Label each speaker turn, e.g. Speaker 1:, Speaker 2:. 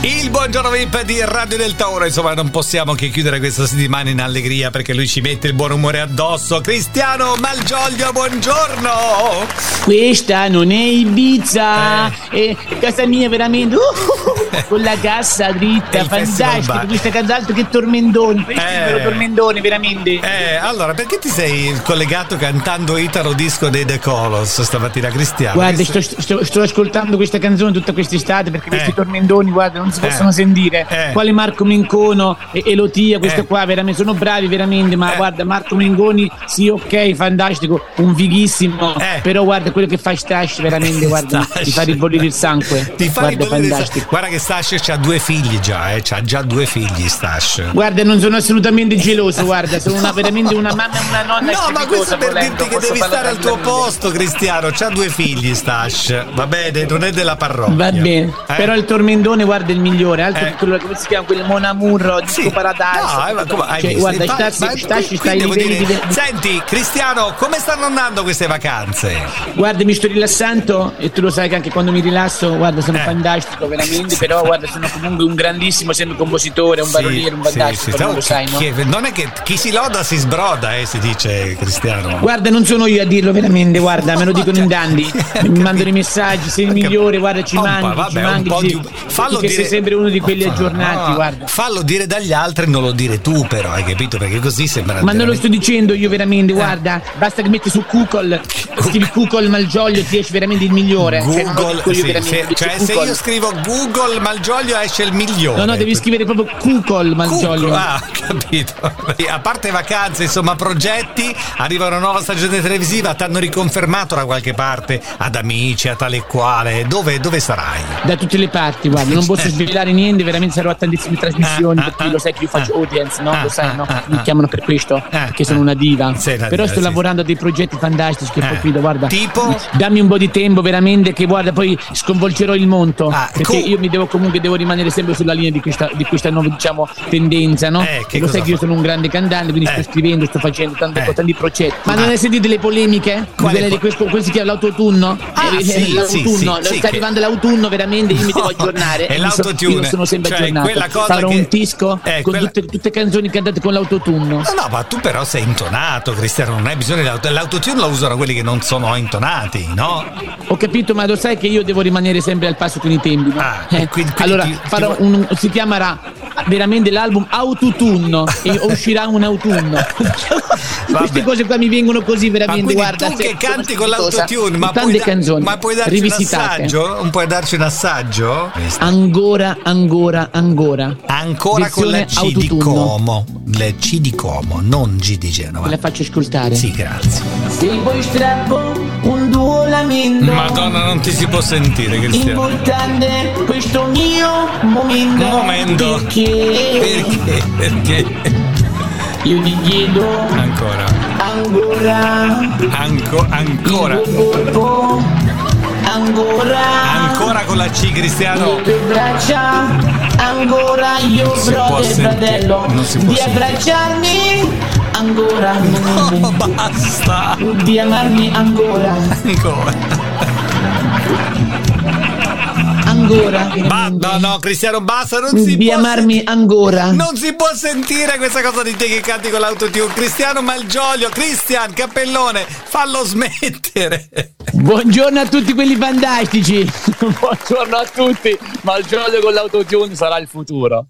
Speaker 1: Il buongiorno VIP di Radio del Tauro. Insomma, non possiamo che chiudere questa settimana in allegria perché lui ci mette il buon umore addosso. Cristiano Malgioglio, buongiorno.
Speaker 2: Questa non è Ibiza,
Speaker 1: Eh.
Speaker 2: è casa mia veramente. Uh, con la cassa
Speaker 1: È
Speaker 2: dritta,
Speaker 1: il festival
Speaker 2: fantastica.
Speaker 1: bar.
Speaker 2: Questa canz'altro che tormentone. Questo è
Speaker 1: Eh.
Speaker 2: il vero tormentone, veramente.
Speaker 1: Eh, allora, perché ti sei collegato cantando Italo Disco dei The Colors stamattina, Cristiano?
Speaker 2: Guarda,
Speaker 1: Che se-
Speaker 2: sto, sto- sto ascoltando questa canzone tutta quest'estate perché questi
Speaker 1: Eh.
Speaker 2: tormentoni, guarda, non si
Speaker 1: Eh.
Speaker 2: possono sentire.
Speaker 1: Eh.
Speaker 2: Quale Marco Mencono e Elotia, questo
Speaker 1: Eh.
Speaker 2: qua, veramente, sono bravi veramente, ma
Speaker 1: Eh.
Speaker 2: guarda, Marco Mengoni, sì, ok, fantastico, un fighissimo,
Speaker 1: Eh.
Speaker 2: però guarda, quello che fa Stash veramente, guarda,
Speaker 1: Stasci.
Speaker 2: ti fa ribollire il sangue.
Speaker 1: Ti fa
Speaker 2: guarda,
Speaker 1: ribollire il sangue.
Speaker 2: fantastico.
Speaker 1: Guarda che Stash ha due figli già, eh. C'ha già due figli Stash.
Speaker 2: Guarda, non sono assolutamente geloso, guarda, sono una- veramente una mamma e una nonna.
Speaker 1: No, ma
Speaker 2: strepitosa,
Speaker 1: questo per
Speaker 2: volendo,
Speaker 1: dirti che
Speaker 2: posso
Speaker 1: devi
Speaker 2: farla
Speaker 1: stare al tuo
Speaker 2: tranquillamente.
Speaker 1: posto, Cristiano. C'ha due figli, Stash. Va bene, non è della parrocchia.
Speaker 2: Va bene,
Speaker 1: Eh?
Speaker 2: però il tormentone guarda è il migliore, altro
Speaker 1: Eh.
Speaker 2: che quello come si chiama quel Monamurro di
Speaker 1: Sì.
Speaker 2: sì. Paradise.
Speaker 1: No, eh, ma come- hai
Speaker 2: cioè,
Speaker 1: visto?
Speaker 2: guarda,
Speaker 1: Infatti,
Speaker 2: Stassi,
Speaker 1: ma-
Speaker 2: Stassi sta
Speaker 1: quindi
Speaker 2: ai
Speaker 1: devo
Speaker 2: livelli
Speaker 1: dire-
Speaker 2: di-
Speaker 1: Senti, Cristiano, come stanno andando queste vacanze?
Speaker 2: Guarda, mi sto rilassando e tu lo sai che anche quando mi rilasso, guarda, sono
Speaker 1: Eh.
Speaker 2: fantastico veramente, però guarda, sono comunque un grandissimo sempre compositore, un baroniere, un
Speaker 1: Sì, sì,
Speaker 2: fantastico,
Speaker 1: sì.
Speaker 2: non lo
Speaker 1: Chi-
Speaker 2: sai, no?
Speaker 1: chi è- non è che chi si loda si sbroda, eh, si dice Cristiano.
Speaker 2: Guarda, non sono io a dirlo veramente, guarda, me lo dicono in
Speaker 1: Cioè,
Speaker 2: tanti. Mi
Speaker 1: capito.
Speaker 2: mandano i messaggi, sei il
Speaker 1: Ho
Speaker 2: migliore,
Speaker 1: capito.
Speaker 2: guarda, ci
Speaker 1: Pompa,
Speaker 2: manchi,
Speaker 1: vabbè,
Speaker 2: ci
Speaker 1: un
Speaker 2: manchi.
Speaker 1: po'
Speaker 2: sì.
Speaker 1: di- Fallo
Speaker 2: Tu che sei
Speaker 1: dire- Ah,
Speaker 2: sempre uno di quelli
Speaker 1: No,
Speaker 2: aggiornati,
Speaker 1: no,
Speaker 2: guarda.
Speaker 1: Fallo dire dagli altri e non lo dire tu, però, hai capito? Perché così sembra.
Speaker 2: Ma non lo sto
Speaker 1: veramente-
Speaker 2: dicendo io veramente,
Speaker 1: Eh.
Speaker 2: guarda, basta che metti su Google, scrivi Google Malgioglio, ti esce veramente il migliore. Cioè, non lo
Speaker 1: Google,
Speaker 2: dico io
Speaker 1: sì,
Speaker 2: veramente,
Speaker 1: se,
Speaker 2: dici
Speaker 1: cioè, se
Speaker 2: Google.
Speaker 1: io scrivo Google Malgioglio esce il migliore. eh,
Speaker 2: No, no, devi scrivere proprio Google Malgioglio.
Speaker 1: Cucco, ah, capito. A parte vacanze, insomma, progetti, arriva una nuova stagione televisiva, t'hanno riconfermato da qualche parte, ad amici, a tale e quale. Dove, dove sarai?
Speaker 2: Da tutte le parti, guarda, non posso svelare niente, veramente sarò a tantissime trasmissioni,
Speaker 1: Ah, ah,
Speaker 2: perché lo sai che io faccio
Speaker 1: ah.
Speaker 2: audience, no?
Speaker 1: Ah,
Speaker 2: Lo sai, no?
Speaker 1: ah, ah,
Speaker 2: Mi
Speaker 1: ah.
Speaker 2: chiamano per questo, perché sono
Speaker 1: ah.
Speaker 2: una diva.
Speaker 1: Sei una
Speaker 2: Però
Speaker 1: diva,
Speaker 2: sto
Speaker 1: sì.
Speaker 2: lavorando a dei progetti fantastici che
Speaker 1: Ah.
Speaker 2: poi guarda, guarda.
Speaker 1: Tipo?
Speaker 2: Dammi un po' di tempo veramente che guarda, poi sconvolgerò il monto,
Speaker 1: Ah,
Speaker 2: perché
Speaker 1: co-
Speaker 2: io mi devo comunque devo rimanere sempre sulla linea di questa, di questa nuova, diciamo, tendenza, no?
Speaker 1: Eh, che
Speaker 2: E lo
Speaker 1: cosa
Speaker 2: sai che io
Speaker 1: fa?
Speaker 2: sono un grande cantante, quindi
Speaker 1: Eh.
Speaker 2: sto scrivendo, sto facendo tante
Speaker 1: Eh.
Speaker 2: cose, tanti progetti. Ma
Speaker 1: Ah.
Speaker 2: non hai sentito le polemiche?
Speaker 1: Quale
Speaker 2: Quelle di
Speaker 1: po-
Speaker 2: questo, questo si chiama l'autotunno?
Speaker 1: Ah, sì, sì,
Speaker 2: l'autunno.
Speaker 1: sì, sì,
Speaker 2: sta
Speaker 1: che-
Speaker 2: arrivando l'autunno veramente, io mi devo
Speaker 1: No,
Speaker 2: aggiornare.
Speaker 1: è
Speaker 2: e mi so-
Speaker 1: l'autotune.
Speaker 2: Io sono sempre
Speaker 1: Cioè,
Speaker 2: aggiornato.
Speaker 1: quella cosa
Speaker 2: Farò
Speaker 1: che-
Speaker 2: un disco
Speaker 1: Eh,
Speaker 2: con
Speaker 1: quella-
Speaker 2: tutte, tutte canzoni cantate con l'autotunno.
Speaker 1: No, no, ma tu però sei intonato, Cristiano, non hai bisogno dell'auto. L'autotune lo usano quelli che non sono intonati, no?
Speaker 2: Ho capito, ma lo sai che io devo rimanere sempre al passo con i tempi. no?
Speaker 1: Ah,
Speaker 2: Eh,
Speaker 1: e quindi- quindi
Speaker 2: allora,
Speaker 1: ti- ti
Speaker 2: farò
Speaker 1: vuoi-
Speaker 2: un, si chiamerà veramente l'album Autotunno e uscirà un autunno.
Speaker 1: Vabbè.
Speaker 2: Queste cose qua mi vengono così
Speaker 1: Ma
Speaker 2: veramente.
Speaker 1: quindi
Speaker 2: guarda,
Speaker 1: tu che
Speaker 2: sempre
Speaker 1: canti con
Speaker 2: questa cosa,
Speaker 1: l'autotune, ma
Speaker 2: tante
Speaker 1: puoi, da-
Speaker 2: canzoni
Speaker 1: ma puoi darci un
Speaker 2: rivisitate.
Speaker 1: assaggio? Non puoi darci un assaggio?
Speaker 2: Ancora, ancora, ancora.
Speaker 1: Ancora con la C
Speaker 2: Versione
Speaker 1: di
Speaker 2: autotunno.
Speaker 1: Como, la C di Como, non G di
Speaker 2: Ve
Speaker 1: Genova.
Speaker 2: la faccio ascoltare.
Speaker 1: Sì, grazie.
Speaker 2: Se poi strappo un duo lamento.
Speaker 1: Madonna, non ti si può sentire, Cristiano.
Speaker 2: Importante questo mio momento.
Speaker 1: Momento.
Speaker 2: Perché
Speaker 1: Perché? Perché?
Speaker 2: io ti chiedo
Speaker 1: Ancora,
Speaker 2: ancora.
Speaker 1: anco- ancora,
Speaker 2: il tuo corpo, ancora.
Speaker 1: ancora con la C, Cristiano.
Speaker 2: Le tue braccia, ancora io
Speaker 1: si può
Speaker 2: brother
Speaker 1: sentire,
Speaker 2: fratello.
Speaker 1: non si può
Speaker 2: Di
Speaker 1: sentire.
Speaker 2: abbracciarmi ancora.
Speaker 1: Oh, basta,
Speaker 2: Di amarmi ancora.
Speaker 1: ancora.
Speaker 2: Ancora.
Speaker 1: Ma no, no, Cristiano, basta, non si
Speaker 2: Di
Speaker 1: può
Speaker 2: amarmi ancora.
Speaker 1: Non si può sentire questa cosa di te che canti con l'autotune. Cristiano Malgioglio, Cristian, cappellone, fallo smettere.
Speaker 2: Buongiorno a tutti quelli fantastici. Buongiorno a tutti. Ma il gioco con l'autotune sarà il futuro.